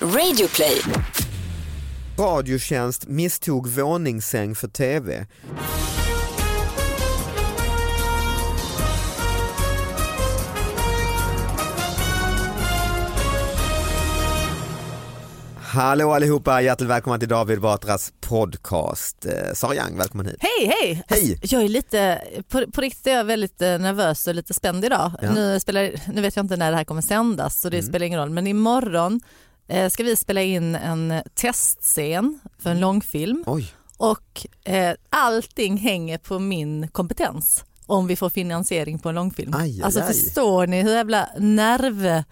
Radioplay. Radiotjänst misstog våningssäng för tv. Hallå allihopa, hjärtligt välkomna till David Batras podcast. Eh, Sara Young, välkommen hit. Hej, hej! Alltså, Hej. Jag är lite, på, på riktigt är jag väldigt eh, nervös och lite spänd idag. Ja. Mm. Nu, spelar, nu vet jag inte när det här kommer sändas så det spelar ingen roll men imorgon eh, ska vi spela in en testscen för en långfilm Mm. Oj, och eh, allting hänger på min kompetens om vi får finansiering på en långfilm. Aj, aj, alltså aj. förstår ni hur jävla nerv...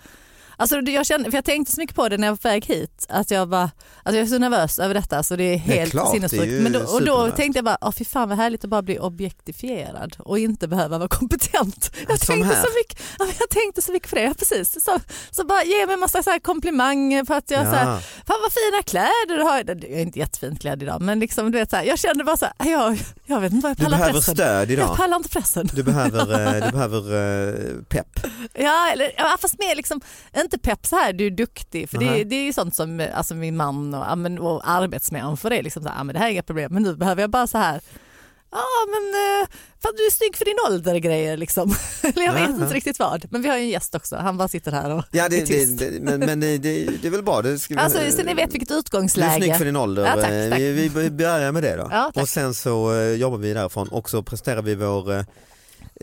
Alltså det- jag, kände, för jag tänkte så mycket på det när jag var på väg hit, att jag, bara, alltså jag är så nervös över detta så det är är helt klart, det är ju sinnessjukt. Men då, och då supernervöst. tänkte jag bara, oh, fy fan vad härligt att bara bli objektifierad och inte behöva vara kompetent. Jag, Som tänkte här. så, mycket, ja, men jag tänkte så mycket på det, ja, precis. Så, så bara ge mig en massa så här komplimanger för att jag Ja. så här, fan vad fina kläder du har. Jag är inte jättefint klädd idag men liksom, du vet, så här, jag kände bara så här, jag, jag vet inte vad jag du pallar behöver pressen. stöd Jag idag. pallar inte pressen. Du behöver, eh, du behöver eh, pepp. Ja, eller, ja, fast mer liksom, inte pepp så här, du är duktig. För det, Nej. det är ju sånt som eh, alltså, min man och, ja, men, och arbetsmänniskor är liksom så här, ja, men det här är inga problem. Men nu behöver jag bara så här, ja men eh, fan, du är snygg för din ålder grejer liksom. eller jag vet Ja, ja. inte riktigt vad. Men vi har ju en gäst också, han bara sitter här och Ja, är det, det, tyst. det, men men det, det, det är väl bra. Det ska, alltså så ni vet vilket Du är snygg för utgångsläge. din ålder. Ja, tack, Eh, tack. Vi, vi börjar med det då. Ja, tack. och sen så eh, jobbar vi därifrån och så presterar vi vår eh,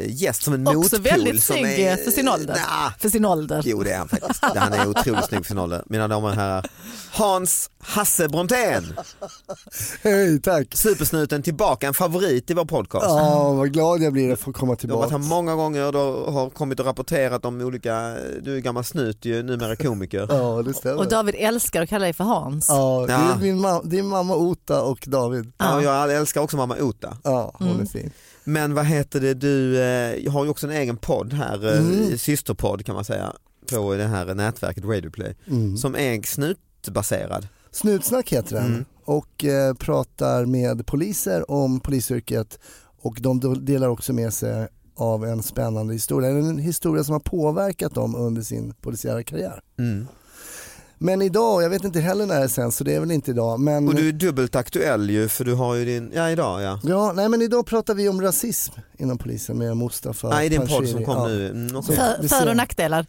gäst som en Också motpol. väldigt som snygg är- för sin ålder. Nja, För sin ålder. Jo det är han faktiskt. Han är otroligt snygg för sin ålder. Mina damer och herrar, Hans Hasse Brontén, Hej, tack. supersnuten tillbaka, en favorit i vår podcast. Ja, vad glad jag blir att få komma Du har varit tillbaka. här många gånger, du har kommit och rapporterat om olika, du är gammal snut ju, numera komiker. Ja, det stämmer. Och David älskar att kalla dig för Hans. ja, det Ja. är min mam- din mamma Ota och David. Ja, Mm. jag älskar också mamma Ota. Ja, hon är fin. Men vad heter det, du eh, har ju också en egen podd här, eh, Mm. systerpodd kan man säga, på det här nätverket Radioplay, Mm. som är snutbaserad. Snutsnack heter den Mm. och eh, pratar med poliser om polisyrket och de do- delar också med sig av en spännande historia, Eller en historia som har påverkat dem under sin polisiära karriär. Mm. Men idag, jag vet inte heller när det sänds så det är väl inte idag, men Och du är dubbelt aktuell ju, för du har ju din, ja idag ja. Ja, nej men idag pratar vi om rasism inom polisen med Mustafa Nej, det är en podd Panshiri. som kom Ja. nu. Mm, okej. För, du för ser. och nackdelar.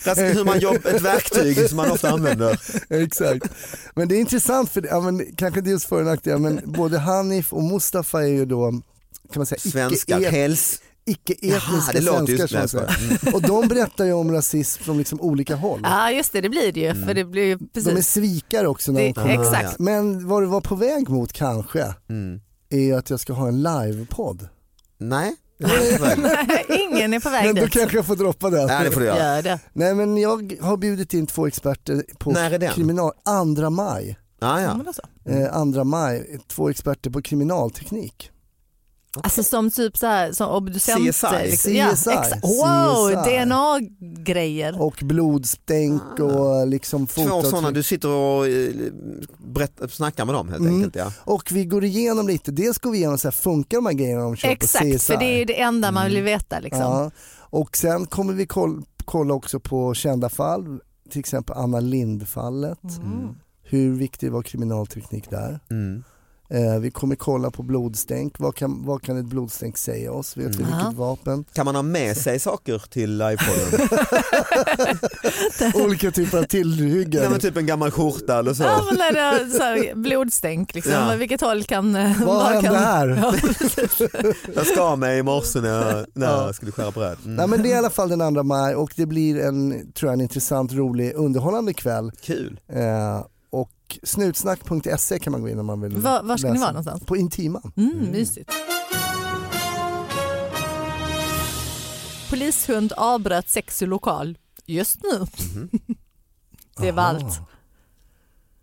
Fast Hur man jobb, ett verktyg som man ofta använder. Exakt. Men det är intressant, för, ja, men, kanske inte just för och nackdelar, men både Hanif och Mustafa är ju då kan man säga, Svenskar, icke-et- päls. Jaha, icke-etniska det låter ju svenskar. som man sådär. säger. Och de berättar ju om rasism från liksom olika håll. Ja just det, det blir det ju. Mm. För det blir ju precis. De är svikare också när Det- de kommer. exakt. Men vad du var på väg mot kanske, Mm. är ju att jag ska ha en livepodd. Nej, det var inte väl. Nej, Ingen är på väg Men då dit. kanske jag får droppa den. Nej, det får du göra. Gör det. Nej men jag har bjudit in två experter på När är den? kriminal... 2 maj. Ja, Ja, ja. alltså, men då så. Eh, 2 maj, två experter på kriminalteknik. Alltså som typ så här, som obducenter. CSI. Liksom. Ja, CSI. exa- wow, CSI. DNA-grejer. Och blodstänk Ah. och liksom Två fotavtryck. sådana, du sitter och eh, berätt, snackar med dem helt Mm. enkelt. Ja. Och vi går igenom lite, dels går vi igenom så här, funkar de här grejerna de kör på CSI? Exakt, för det är ju det enda man vill veta. Liksom. Mm. Ja. Och sen kommer vi koll, kolla också på kända fall, till exempel Anna Lind-fallet. Mm. Hur viktig var kriminalteknik där? Mm. Eh, vi kommer kolla på blodstänk, vad kan, vad kan ett blodstänk säga oss? Vet vi Mm. Ja. vilket vapen? Kan man ha med sig saker till livepodden? Olika typer av Nej, tillhyggen. men typ en gammal skjorta eller så. Ja, men när det är så här, blodstänk, liksom. Ja. vilket håll kan... eh, Vad hände kan... här? Ja. Jag skar mig i morse när jag, när Ja. jag skulle skära bröd. Nej, Mm. men det är i alla fall den 2 maj och det blir en, tror jag, en intressant, rolig, underhållande kväll. Kul. Eh, och snutsnack.se kan man gå in om man vill Var- var ska ni läsa. vara någonstans? På Intiman. Mm, mysigt. Polishund avbröt sex i lokal. Just nu. Mhm. det var allt.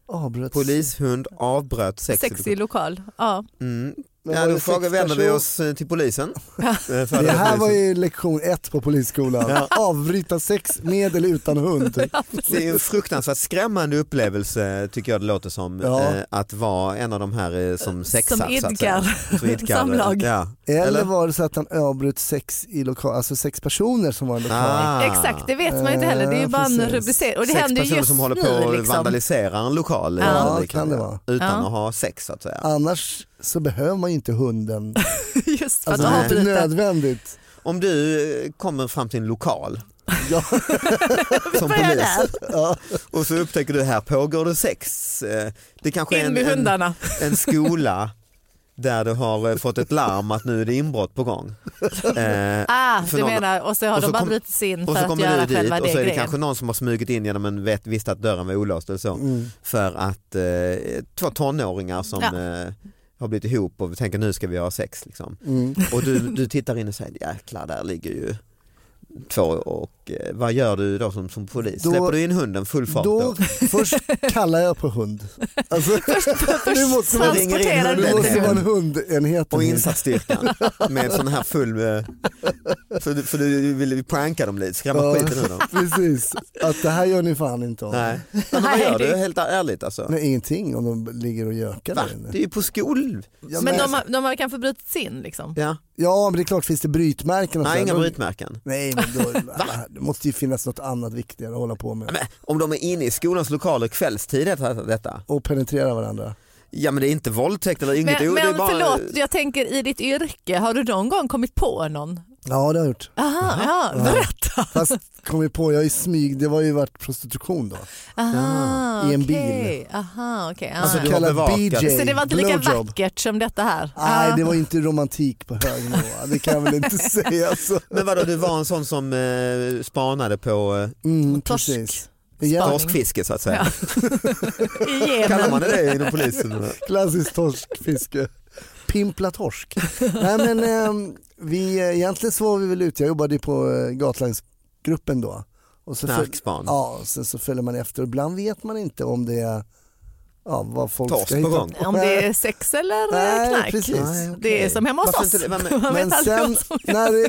Avbröts. Polishund avbröt sex. Sex i lokal. Ja. Mm. Men Ja, var då det frågar sex vänder vi personer? oss eh, till polisen. Eh, för Det här var polisen. ju lektion ett på polisskolan. Avbryta sex med eller utan hund. Det är en fruktansvärt skrämmande upplevelse tycker jag det låter som. Ja. eh, Att vara en av de här eh, som sexar. Som så att säga. idkar Som idkar. eh, samlag. Ja. Eller var det så att han avbröt sex i lokal, alltså sex personer som var i lokalen? Ah. Exakt, det vet man ju inte heller. Det är ju Eh, bara en precis. rubricering. Och det sex händer ju personer just som håller på nu. och Liksom. vandaliserar en lokal. eh, Ja, eller det kan liknande, det vara. Utan Ja. att ha sex så att säga. Annars så behöver man ju inte hunden. Just för Alltså, det att är inte avbryta. nödvändigt. Om du eh, kommer fram till en lokal Ja. som börjar polis där. ja, och så upptäcker du här pågår det sex. Eh, Det kanske är In en, med en, hundarna. en skola där du har eh, fått ett larm att nu är det inbrott på gång. Eh, Ah, för du någon- menar, och så har och så de bara kom- brutit sig in Och för så att kommer göra du dit själva och så är det grejen. kanske någon som har smugit in genom en vet, visst att dörren var olåst eller så. För att eh, två tonåringar som Ja. eh, har blivit ihop och tänker nu ska vi ha sex. Liksom. Och du, du tittar in och säger jäklar där ligger ju två och eh, vad gör du då som, som polis? Då- Släpper du in hunden full fart då? Då, först kallar jag på hund. Alltså, nu måste man, ringer in transporterar hunden. nu du måste inte man hunden. hundenheten. Och hit. insatsstyrkan med sån här full, eh, för, du- för du vill pranka dem lite, skrämma Ja, skiten ur dem. Precis, att det här gör ni fan inte om. Nej. Nej, Men vad Nej, gör du det- helt ärligt alltså? Nej, ingenting om de ligger och gökar Va? där inne. Det är ju på skol... Ja, Men de, har- de har kanske brutit sig in liksom. Ja. Ja men det är klart finns det brytmärken och Nej, så. inga Då- brytmärken. Nej men då, det måste ju finnas något annat viktigare att hålla på med. Men om de är inne i skolans lokaler kvällstid heter detta. Och penetrera varandra. Ja men det är inte våldtäkt eller inget. Men, Jo, det är men bara... förlåt, jag tänker i ditt yrke, har du någon gång kommit på någon? Ja det har jag gjort. Aha, ja, berätta. Fast kom vi på, jag är i smyg, det var ju varit prostitution då. Aha, I en bil. okej. Aha, okej. Alltså, ah. du har bevakat. Så det var inte lika blowjob. vackert som detta här? Nej Ah. det var inte romantik på hög nivå, det kan jag väl inte säga. Alltså, Så. Men vadå du var en sån som eh, spanade på eh, Mm, Och torsk. precis. Ja, Spaning. torskfiske så att säga. I Kallar Yemen. man det det inom polisen? klassiskt torskfiske. Pimpla torsk. Nej men ehm, vi, eh, egentligen så var vi väl ute, jag jobbade ju på eh, Gatlandsgruppen då. Och så föl- Knarkspan. Ja, och sen så följer man efter och ibland vet man inte om det är ja, vad folk Torsk ska på hitta gång. Om det är sex eller Nej, knark. precis. Nej, Det är okej. som hemma hos Varför oss. inte det? Vad Man Men vet aldrig sen, vad som händer. när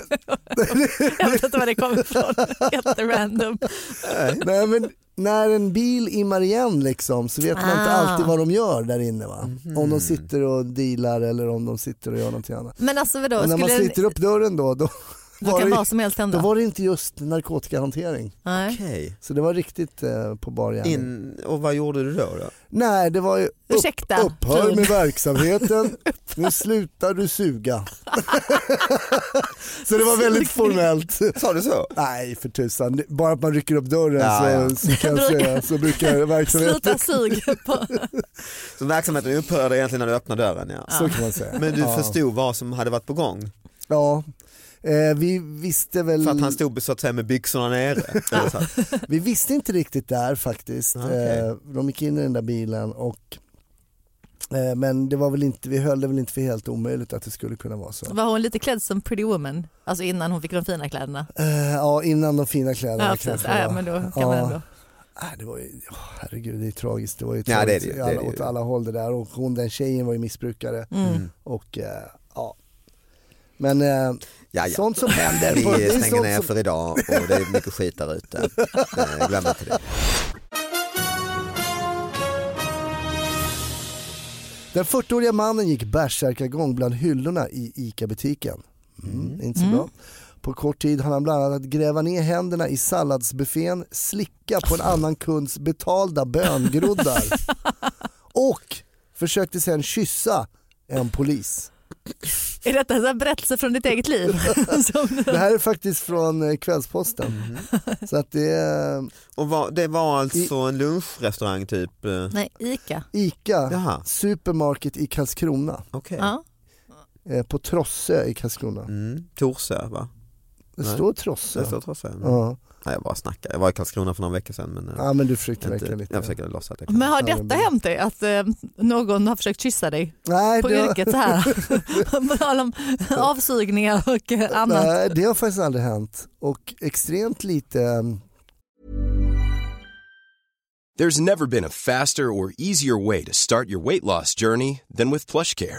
det, Jag vet inte var det kommer ifrån. Jätterandom. nej, men när en bil immar igen liksom, så vet man inte Ah. Mhm. alltid vad de gör där inne. Va? Om de sitter och dealar eller om de sitter och gör någonting annat. Men alltså vadå, och när man skulle det- sliter upp dörren då, då, då var kan det, vad som helst då hända? var det inte just narkotikahantering. Nej. Okej. Så det var riktigt eh, på bar gärning. In, och vad gjorde du då? då? Nej, det var ju upp, Ursäkta, upphör frun. med verksamheten, nu slutar du suga. så det var väldigt formellt. Sa du så? Nej för tusan, Det- bara att man rycker upp dörren Ja, så, ja. Så, kan jag Brukar- säga, så brukar Sluta verksamheten, sug. På. Så verksamheten upphörde egentligen när du öppnade dörren ja. så kan man säga. Men du ja. förstod vad som hade varit på gång? Ja. Eh, vi visste väl, För att Mm. han stod så att säga med byxorna nere? Eller så här. vi visste inte riktigt där faktiskt. Ah, okej. Eh, de gick in i den där bilen och eh, men det var väl inte, vi höll det väl inte för helt omöjligt att det skulle kunna vara så. Var hon lite klädd som pretty woman? Alltså innan hon fick de fina kläderna? Eh, ja, innan de fina kläderna Ja, precis. kanske. Ja, va? men då kan man Ja. ändå. Nej, det var ju, ja, herregud det är tragiskt. Det var ju Ja, det är tragiskt det ju, i det alla, är det ju. Mm. åt alla håll det där och hon den tjejen var ju missbrukare. Och eh, ja, Men eh, Ja, ja. sånt som händer. på- det Vi är stänger sånt ner som- för idag och det är mycket skit där ute. Eh, Glöm inte det. Den 40-åriga mannen gick bärsärkagång bland hyllorna i ICA-butiken. Mm, Inte så bra. På kort tid hann han bland annat att gräva ner händerna i salladsbuffén, slicka på en annan kunds betalda böngroddar och försökte sen kyssa en polis. Är detta en sån här berättelse från ditt eget liv? Som- Det här är faktiskt från eh, Kvällsposten. Mm. Så att det är eh, Och vad- det var alltså en lunchrestaurang typ? eh, Nej, ICA. ICA Jaha. Supermarket i Karlskrona, Okej. Ja. eh, på Trossö i Karlskrona. Mm. Torsö va? Det Nej. står Det Trossö. står Torsö. Mm. Ja. Nej, jag bara snackar. Jag var i Karlskrona för några veckor sedan men eh, ja, men du försökte inte, verkligen jag lite. försöker låtsas att jag kan. Men har Ja, detta men- hänt dig? Att eh, någon har försökt kyssa dig Nej, på det har- yrket så här? På tal om avsugningar och eh, annat. Nej, det har faktiskt aldrig hänt. Och extremt lite... mm, There's never been a faster or easier way to start your weight loss journey than with PlushCare.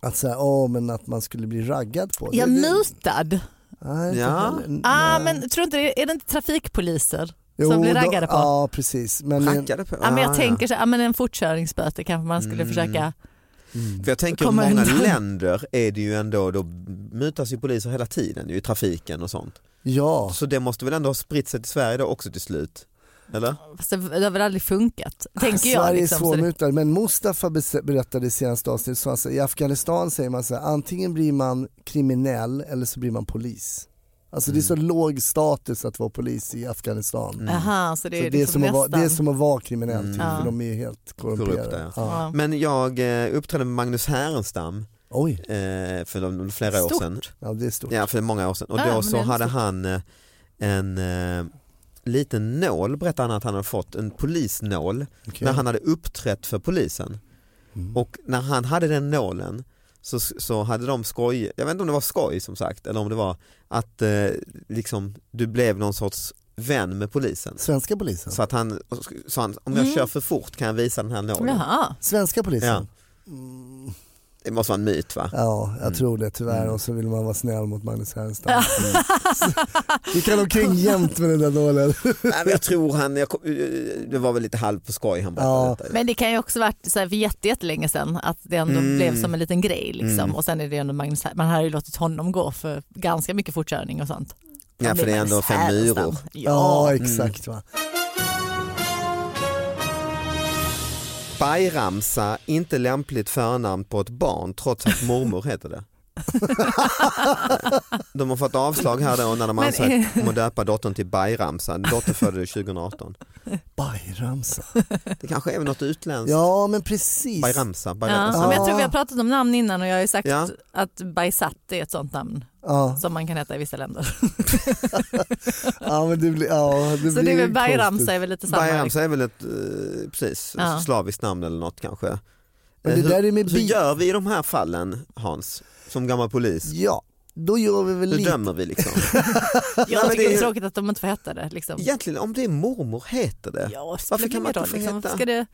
Att säga åh, men att man skulle bli raggad på. Jag Det- det- mutad. Nej, inte Ja. heller. N- Ah, nej. men tror inte det, är det inte trafikpoliser Jo, som blir då- raggade på? Ja, precis. Men, Rackade på. Ja, men jag Ah, tänker så här, ja, men en fortkörningsböter kanske man Mm. skulle försöka. För jag tänker i Kommer många undan. länder är det ju ändå, då mutas ju poliser hela tiden ju, i trafiken och sånt. ja, Så det måste väl ändå ha spritt sig till Sverige då också till slut? Eller? Fast det, det har väl aldrig funkat, tänker jag. Ah, Sverige Liksom, är så det, svårmutad. Men Mustafa bes- berättade i senaste avsnittet, så han sa, i Afghanistan säger man så här, antingen blir man kriminell eller så blir man polis. Alltså det är Mm. så låg status att vara polis i Afghanistan. Mm. aha, så det, Så är det, är liksom som att vara, det är nästan- som att vara kriminell, typ, Ja. för de är ju helt korrumperade. Mm. Korrupta, ja. Ja. Ja. Men jag eh, uppträdde med Magnus Härenstam Oj, eh, för de- flera år Stort. sedan. ja, det är stort. Ja, för många år sedan. Och Ah, då men så det är hade stort. han eh, en eh, liten nål, berättade han att han hade fått, en polisnål, Okej. när han hade uppträtt för polisen. Och när han hade den nålen så, så hade de skoj, jag vet inte om det var skoj som sagt, eller om det var att eh, liksom, du blev någon sorts vän med polisen. Svenska polisen? Så att han sa han, om jag kör för fort kan jag visa den här nålen. Jaha. Svenska polisen? Ja. Det måste vara en myt va? Ja, jag tror det tyvärr. Och så vill man vara snäll mot Magnus Härenstam. Mm. Vi kan omkring jämt med den där nålen. Nej, men jag tror han, jag kom, det var väl lite halv på skoj han berättade Ja. detta. Men det kan ju också varit så här för jätte, jättelänge sedan att det ändå Mm. blev som en liten grej. Liksom. Och sen är det ändå Magnus, man har ju låtit honom gå för ganska mycket fortkörning och sånt. Ja, för det är ändå Magnus fem Härenstam. myror. Ja. Ja, exakt va. Bajramsa, inte lämpligt förnamn på ett barn trots att mormor heter det. De har fått avslag här då när de Men- ansökt om att döpa dottern till Bajramsa. Dottern föddes 2018. Bajramsa. Det kanske är något utländskt. Ja, men precis. Bajramsa, Ja, Bajramsa. men jag tror vi har pratat om namn innan och jag har ju sagt Ja. att Bajsat är ett sånt namn Ja, som man kan heta i vissa länder. ja, men det blir, ja, det Så blir det är väl konstigt. Bajramsa är väl lite samma. liksom. Bajramsa är väl ett eh, precis, Ja. slaviskt namn eller något kanske. Eh, Men det hur, där är med hur bi- gör vi i de här fallen Hans, som gammal polis? Ja, då gör vi väl Hur lite. dömer vi liksom? Jag men tycker det det är- är tråkigt att de inte får heta det. Liksom. Egentligen om det är mormor heter det. Ja, det Varför spelar kan ingen man inte roll. få Liksom. heta? Ska det...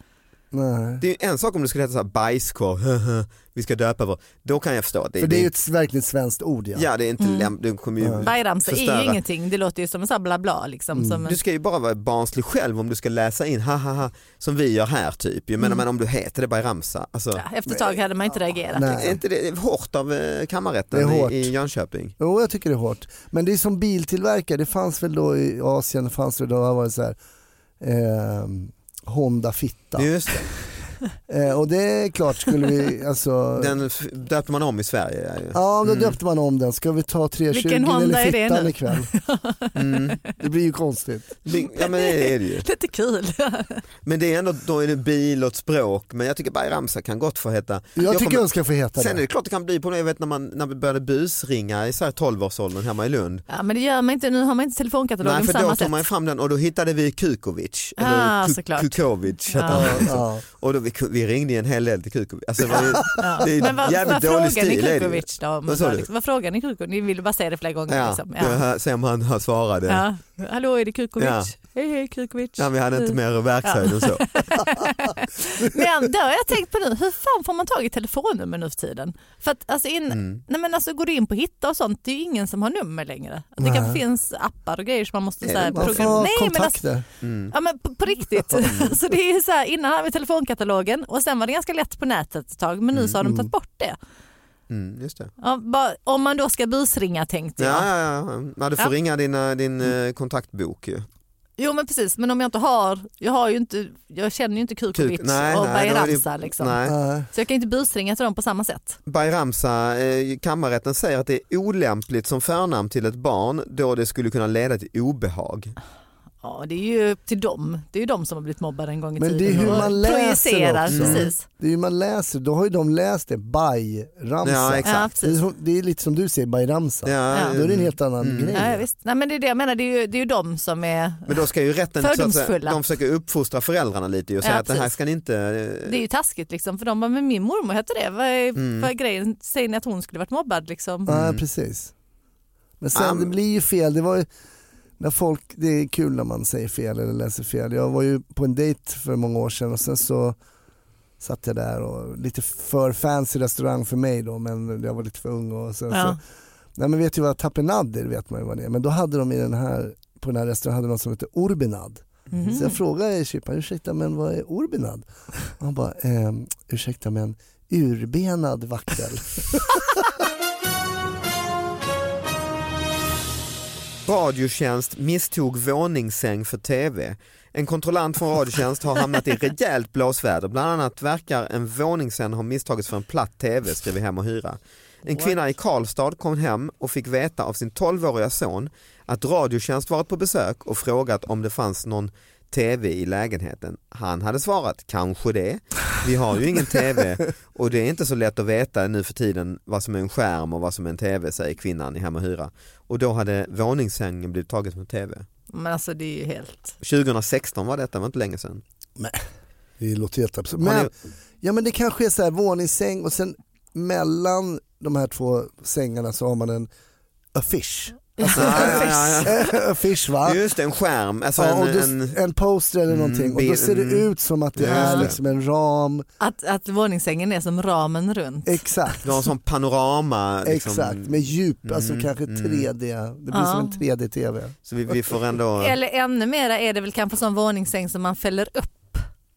Nej. Det är ju en sak om du skulle heta så här bajskorv, vi ska döpa vår, då kan jag förstå att det, För det är ju ett verkligen svenskt ord ja. ja det är inte Mm. lämpligt, du kommer ju Ja. Bajramsa är förstöra. ju ingenting, det låter ju som en sån här bla bla liksom. Mm. Som en... Du ska ju bara vara barnslig själv om du ska läsa in hahaha som vi gör här typ. Jag menar Mm. men om du heter det bara ramsa. Alltså, ja, efter ett tag hade man inte reagerat. Nej. Är inte det hårt av eh, kammarrätten Det är hårt. I, i Jönköping? Jo, jag tycker det är hårt. Men det är som biltillverkare, det fanns väl då i Asien, fanns det då, har varit så här, ehm, Honda Fitta. Just det. Eh, och det är klart, skulle vi alltså... Den f- döper man om i Sverige. Ja, ju. Ja, då Mm. döpte man om den. Ska vi ta 320 Vilken Honda eller är det Fittan nu? ikväll? Mm. Det blir ju konstigt. Ja men det är det ju. Lite kul. Men det är ändå, då är det bil och ett språk. Men jag tycker bara ramsa kan gott få heta. Jag, Jag tycker kommer- jag ska få heta Sen är det. det klart det kan bli på jag vet när man när vi började busringa i så här 12-årsåldern hemma i Lund. Ja, men det gör man inte, nu har man inte telefonkatalogen Nej på för då samma tog sätt. man ju fram den och då hittade vi Kukovic. Ah, Ku- såklart. Kukovic hette Ja. han. Ja. Och då vi, vi ringde ju en hel del till Kukovic. Alltså, det var ju, Ja. det är Men vad, jävligt vad dålig frågar ni stil är det ju. Kukovic då? Om Vad sa vad, du? liksom, vad frågar ni Kukovic? Ni ville bara säga det flera gånger. Ja, Liksom. Ja. jag ser om han har svarade. Ja. Ja. Hallå är det Kukovic? Ja. Hej hej Kukovic. vi hade Mm. inte mer verkshöjd än så. Men det har jag tänkt på nu, hur fan får man tag i telefonnummer nu för tiden? För att alltså in, Mm. nej men alltså går du in på hitta och sånt, det är ju ingen som har nummer längre. Det Nej. kanske finns appar och grejer som man måste Nej, så här, man Man får program- ha Nej, men alltså, kontakter. Mm. Ja men på, på riktigt. så det är ju så här, innan hade vi telefonkatalogen och sen var det ganska lätt på nätet ett tag men nu så har de tagit bort det. Mm, just det. Ja, bara, om man då ska busringa tänkte Ja, jag. ja, ja. ja du får Ja. ringa Mm. din, eh, din eh, kontaktbok ju. Jo men precis, men om jag inte har, jag har ju inte, jag känner ju inte Kukovic Kuk- nej, och nej, då är det- Bayramsa liksom. Nej. Nej. Så jag kan ju inte busringa till dem på samma sätt. Bayramsa, eh, kammarrätten säger att det är olämpligt som förnamn till ett barn då det skulle kunna leda till obehag. Ja, det är ju till dem. Det är ju de som har blivit mobbade en gång i Men tiden. det är hur och man läser det projicerar, också. Precis. Det är ju man läser, då har ju de läst det, bajramsa. Ja, exakt. Ja, det, är, precis. som- det är lite som du säger, bajramsa. Ja, Då är det en helt annan Mm. grej. Ja, visst. Nej, men det är det jag menar, det är ju, det är ju de som är... Men då ska ju rätten, så att säga, Fördomsfulla. de försöker uppfostra föräldrarna lite ju och Ja, säga att det här precis. ska ni inte... eh, Det är ju taskigt liksom, för de bara, men min mormor hette det. Vad är, vad är grejen? Säger ni att hon skulle varit mobbad liksom? Ja, precis. Men sen Ja, men- det blir ju fel. Det, var ju, när folk, det är kul när man säger fel eller läser fel. Jag var ju på en dejt för många år sedan och sen så satt jag där och lite för fancy restaurang för mig då men jag var lite för ung och sen så Ja. Nej men vet ju vad tapenadder vet man ju vad det är men då hade de i den här på den här restaurangen hade de något som hette orbinad. Mhm. Så jag frågade kyparen, ursäkta men vad är orbinad? Och han bara, ehm, ursäkta men urbenad vaktel. Radiotjänst misstog våningssäng för tv. En kontrollant från Radiotjänst har hamnat i rejält blåsväder. Bland annat verkar en våningssäng ha misstagits för en platt tv, skriver Hem och Hyra. En kvinna i Karlstad kom hem och fick veta av sin 12-åriga son att Radiotjänst varit på besök och frågat om det fanns någon tv i lägenheten. Han hade svarat, kanske det. Vi har ju ingen tv och det är inte så lätt att veta nu för tiden vad som är en skärm och vad som är en tv, säger kvinnan i Hem och Hyra. Och då hade våningssängen blivit taget mot tv. Men alltså det är ju helt... 2016 var detta, det var inte länge sedan. Det låter helt absurt. Har Men, ni- ja, men det kanske är så här våningssäng och sen mellan de här två sängarna så har man en affisch. Alltså, Ja, ja, ja, affisch va? ja. Just det, en skärm. Alltså Ja, och en, då, en, en poster eller Mm, någonting och då bild- ser det mm. ut som att det Just är det. liksom en ram. Att, att våningssängen är som ramen runt. Exakt, det var en sån panorama. Liksom. exakt. med djup, alltså Mm, kanske mm. 3D. Det blir Ja. som en 3D-tv. Så vi, vi får ändå... Eller ännu mera är det väl kanske som våningssäng som man fäller upp.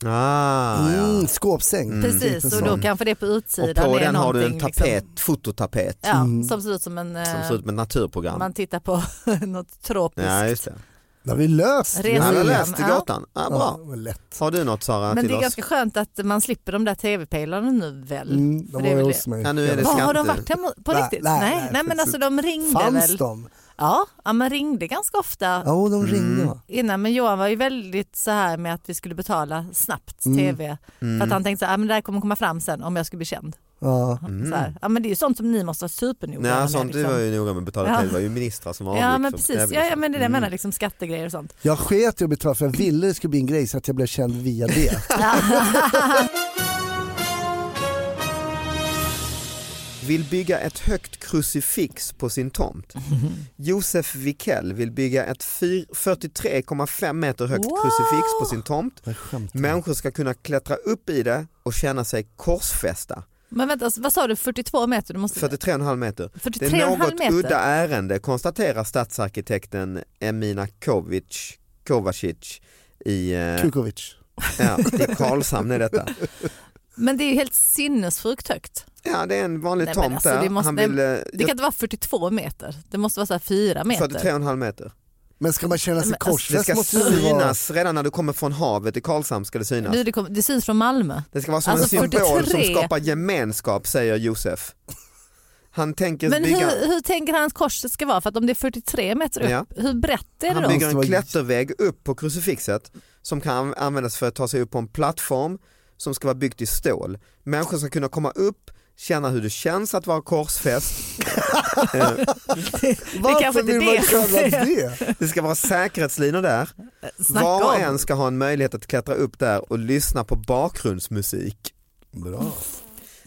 Ah, ja. Mm, skåpsäng. Mm. Precis, Lite och då sån. kanske det är på utsidan. Och på är den har du en någonting, tapet, Liksom, fototapet ja, Som ser ut som en... som eh, ser ut med naturprogram. Man tittar på något tropiskt. ja, just det. Det har vi löst. Res- Det Han var ju har Ja. läst i Ja. gatan. Ah, Ja, bra. vad lätt. Har du något Sara Men till det är oss? ganska skönt att man slipper de där tv-pelarna nu väl? Mm, de För var det är ju väl hos det. mig. Ja, nu är det Vad ska har de inte- varit hemma på Nej, riktigt? nej, Nej, nej, nej, men precis. alltså de ringde Fanns väl? de? Ja, ja, man ringde ganska ofta Ja, de ringde va? innan men Johan var ju väldigt så här med att vi skulle betala snabbt Mm. tv för att han tänkte så här, "Ah, men det här kommer komma fram sen om jag skulle bli känd. Ja. Så här. Ja, men det är ju sånt som ni måste vara supernoga Mm. Nej, med, sånt liksom. var ju noga med att betala Ja. till. Det var ju ministrar som avgick. Ja men som precis, jävligt. ja, ja, men det är det jag Mm. menar, liksom skattegrejer och sånt. Jag sket i att bli träffad för jag ville det skulle bli en grej så att jag blev känd via det. vill bygga ett högt krucifix på sin tomt. Josef Wikell vill bygga ett fyr- 43,5 meter högt krucifix på sin tomt. Människor ska kunna klättra upp i det och känna sig korsfästa. Men vänta, alltså, vad sa du, 42 meter? Du måste... 43,5 meter. Det 43,5 är något meter? udda ärende konstaterar stadsarkitekten Emina Kovic, Kovacic i, eh, Kukovic. ja, i Karlshamn är detta. Men det är ju helt sinnessjukt högt. Ja det är en vanlig Nej, men tomt alltså, där. det måste- Han vill, eh, Det kan inte vara 42 meter, det måste vara så här 4 meter. 43,5 meter. Men ska man känna sig Men Det alltså, korsfäst ska måste det ju vara... synas redan när du kommer från havet i Karlshamn ska det synas. Nu, det, kom, det syns från Malmö. Det ska vara som Alltså, en symbol 43. som skapar gemenskap säger Josef. Han tänker Men bygga, hur, hur tänker han att korset ska vara? För att om det är 43 meter upp, Ja. hur brett är det han då? bygger en vara- klättervägg upp på krucifixet som kan användas för att ta sig upp på en plattform som ska vara byggt i stål. Människor ska kunna komma upp, känna hur det känns att vara korsfäst. kanske Varför inte vill man det. kalla det? Det ska vara säkerhetslinor där. Snacka Var och om. en ska ha en möjlighet att klättra upp där och lyssna på bakgrundsmusik. Bra.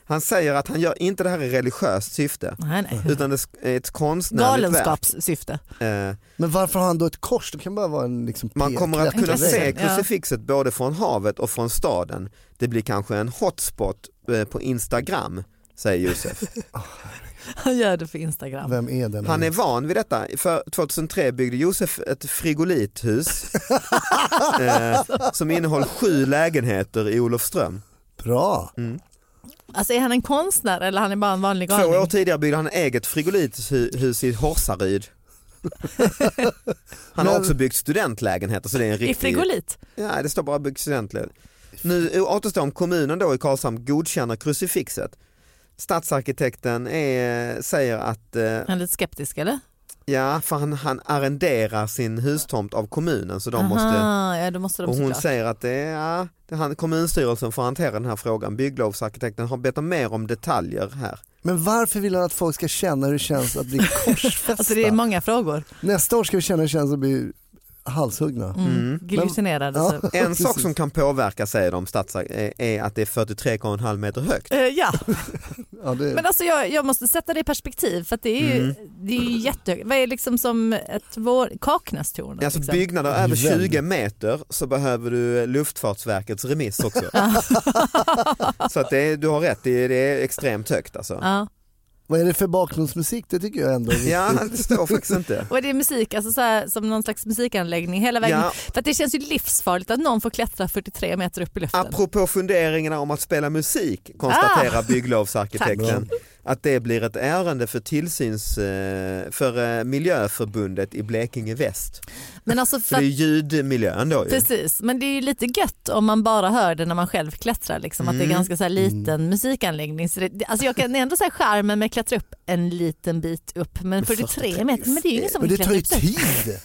Han säger att han gör inte det här i religiöst syfte Nej, nej. utan det är ett konstnärligt verk. Galenskapssyfte. Eh, Men varför har han då ett kors? Det kan bara vara en liksom Man pet- kommer att kunna Intressant, se ja. krucifixet både från havet och från staden. Det blir kanske en hotspot eh, på Instagram, säger Josef. Han gör det för Instagram. Vem är den? Han är van vid detta. För 2003 byggde Josef ett frigolithus eh, som innehåller sju lägenheter i Olofström. Bra. Mm. Alltså är han en konstnär eller han är bara en vanlig Två år galning? tidigare byggde han eget frigolithus i Horsaryd. Han har Men- också byggt studentlägenheter så det är en I riktig... frigolit? Ja, det står bara byggt studentled. Nu återstår om kommunen då i Karlshamn godkänner krucifixet. Stadsarkitekten är, säger att eh, Han är lite skeptisk eller? ja, för han, han arrenderar sin hustomt av kommunen så de Aha, måste ja, då måste de och hon såklart. säger att det är, ja, det är han, kommunstyrelsen får hantera den här frågan. Bygglovsarkitekten har bett om mer om detaljer här. Men varför vill han att folk ska känna hur det känns att bli korsfästa? Alltså det är många frågor. Mm. Nästa år ska vi känna hur det känns att bli halshuggna. Mm. Giljotinerade. Ja. typ. En sak Precis. som kan påverka säger de stadsar- är- är att det är 43,5 meter högt. Eh, Ja, Ja, det... men alltså jag, jag måste sätta det i perspektiv för att det är ju, Mm. det är ju jättehögt. Vad är liksom som ett vår, Kaknästorn? Alltså liksom. byggnader över Väldigt. 20 meter så behöver du eh, Luftfartsverkets remiss också. så att det är, du har rätt, det är, det är extremt högt alltså. Ja. Vad är det för bakgrundsmusik? Det tycker jag ändå är Ja, viktigt. det står faktiskt inte. Och det är musik, alltså så här, som någon slags musikanläggning hela vägen. Ja. För att det känns ju livsfarligt att någon får klättra 43 meter upp i luften. Apropå funderingarna om att spela musik Ah! konstaterar bygglovsarkitekten att det blir ett ärende för tillsyns eh, för eh, miljöförbundet i Blekinge Väst. Men alltså För för det är att, ju ljudmiljön då ju. precis, men det är ju lite gött om man bara hör det när man själv klättrar, liksom, att det Mm. är ganska så här liten musikanläggning. Så det- det, alltså jag kan ändå säga charmen med att klättra upp en liten bit upp, men 43 meter, men det är ju ingen som Men det vill tar ju klättra upp. tid.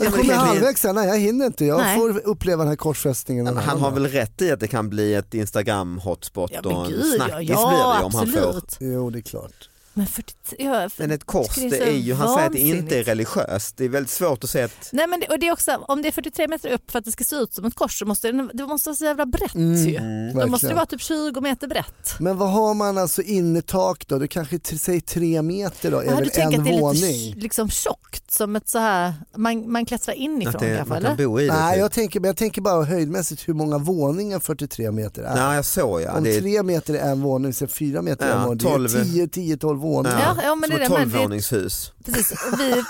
Jag men kommer det- halvvägs sen, nej jag hinner inte. Jag Nej. får uppleva den här korsfästningen. någon Han annan har dag. väl rätt i att det kan bli ett Instagram-hotspot Ja, och men en gud, ja, snackis blir det ju ja om han får. absolut. Jo det är klart. Men 43, ja, för, Men ett kors, tycker det så är ju, han säger att det inte är vansinnigt. religiöst. Det är väldigt svårt att säga att Nej men det, och det är också, om det är 43 meter upp för att det ska se ut som ett kors så måste det, det måste vara så jävla brett Mm, ju. Då måste det verkligen. vara typ 20 meter brett. Men vad har man alltså innertak då? Det kanske t- säg tre meter då, är Jag hade väl tänkt en att det är lite våning? tj- liksom tjockt som ett så här, man, man klättrar inifrån att det, kanske man kan eller? bo i det. Nej typ. jag tänker, men jag tänker bara höjdmässigt hur många våningar 43 meter är. Nej, jag såg ja. Om Det är, tre meter är en våning, så fyra meter är Ja, en våning. tolv. Det är 10, 10, 12 våningar. Ja, ja, men som det är ett det, men det- tolvvåningshus. Precis, och vi,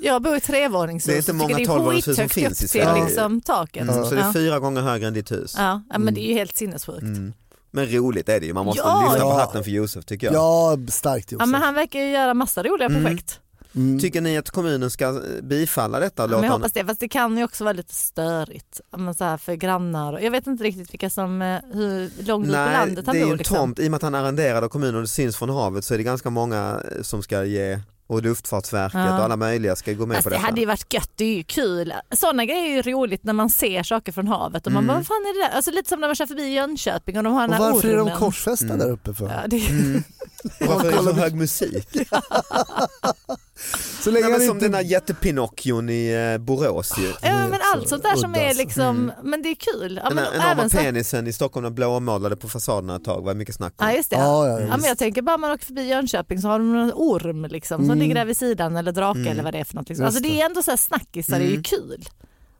jag bor i trevåningshus. Det är inte Jag många tycker det är tolvvåningshus som skithögt finns i upp till Sverige. liksom, taket. Mm, så det är Mm. ja. fyra gånger högre än ditt hus. Ja, ja, men det är ju helt sinnessjukt. Men roligt är det ju, man måste Ja, lyfta på ja. hatten för Josef tycker jag. Ja, starkt Ja, Josef. men han verkar ju göra massa roliga Mm. projekt. Tycker ni att kommunen ska eh, bifalla detta? och Men låta jag han- hoppas det, fast det kan ju också vara lite störigt ja, men så här för grannar. och- Jag vet inte riktigt vilka som, eh, hur långt ut på Nej, landet det är han ju bor. en Liksom. tomt. I och med att han arrenderade av kommunen och det syns från havet så är det ganska många eh, som ska ge och Luftfartsverket Ja. och alla möjliga ska gå med på Fast Alltså, det detta. hade ju varit gött, det är ju kul. Sådana grejer är ju roligt när man ser saker från havet och man bara, vad fan är det där? Alltså lite som när man kör förbi Jönköping och de har den Och här varför är ormen. de korsfästa Mm. där uppe för? Ja, det, Varför är det så hög musik? Så länge Nej, men han som inte- den här jättepinocchion i eh, Borås ju. Ja men allt sånt där som udda, är alltså. liksom, men det är kul. Ja, Den men här enorma även så- penisen i Stockholm, den blåmålade på fasaderna ett tag, var det mycket snack om. Ja just det. Ja, Ja, ja, men jag tänker bara man åker förbi Jönköping så har de någon orm liksom, som ligger där vid sidan eller drake eller vad det är för något. Liksom. Alltså, det är ändå så här snackisar, det är ju kul.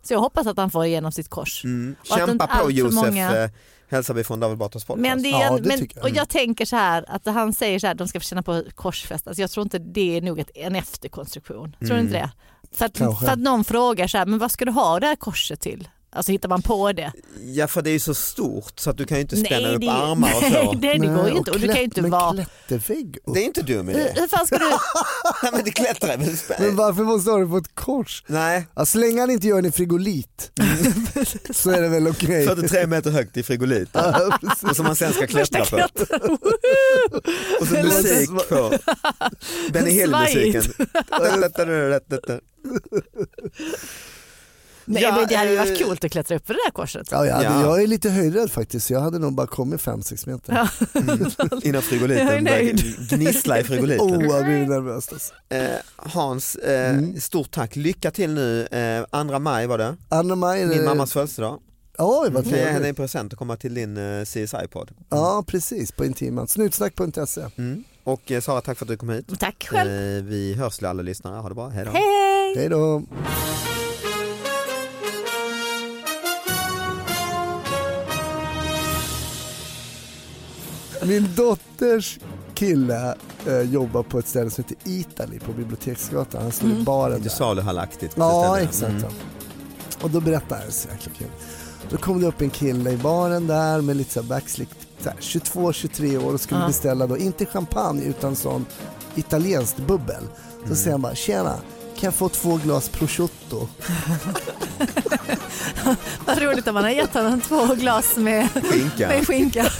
Så jag hoppas att han får igenom sitt kors. Och att inte Mm. Kämpa allt på för Josef, många- eh, hälsar vi från David Batras podcast. Men det Ja, är, det men, tycker jag. och jag tänker så här att han säger så här, de ska få känna på korsfest. Alltså jag tror inte det är nog ett, en efterkonstruktion. Tror du inte det? För att, Mm. Kanske. för att någon frågar så här, men vad ska du ha det här korset till? Alltså hittar man på det? Ja för det är ju så stort så att du kan ju inte spänna upp det, armar och nej, så. det, det går Nej, ju inte. Och du kan ju klätt- inte men vara... klättervägg upp. Det är inte dum idé. Hur, hur fan ska du... Nej men det klättrar väl spänn- Men varför måste ha det på ett kors? Nej, Ja, så länge han inte gör det i frigolit Mm. så är det väl okej. 43 meter högt i frigolit. och som man sen ska klättra på. Och så musik på. Benny Hill-musiken. Nej Ja, men det hade ju varit eh, coolt att klättra upp för det där korset. Ja, jag, hade, Ja. jag är lite höjdrädd faktiskt så jag hade nog bara kommit 5-6 meter. Innan Jag är frigoliten börjar nöjd. Oh, gnissla i Åh, frigoliten. jag blir nervös alltså. Eh, Hans, eh, Mm. stort tack. Lycka till nu. Eh, 2 maj var det. Anna Maj, Min eh, mammas födelsedag. Oj, vad Kan jag ge henne trevligt. en present och komma till din eh, CSI-podd. Ja, precis på Intiman. Snutsnack.se. Mm. Och eh, Sara, tack för att du kom hit. Tack själv. Eh, vi hörs till alla lyssnare. Ha det bra. Hej då. Hej hej! Hej då. Min dotters kille eh, jobbar på ett ställe som heter Italy på Biblioteksgatan. Han står i baren Du där. sa du har lagt ditt på Ja, stället. exakt. ja. Och då berättade jag, så jäkla kul. Då kom det upp en kille i baren där med lite så här backslick, så här 22-23 år och skulle beställa då, inte champagne utan sån italienskt bubbel. Så säger han bara, tjena, kan jag få två glas prosciutto? Vad roligt att man har gett honom två glas med Skinka. med skinka.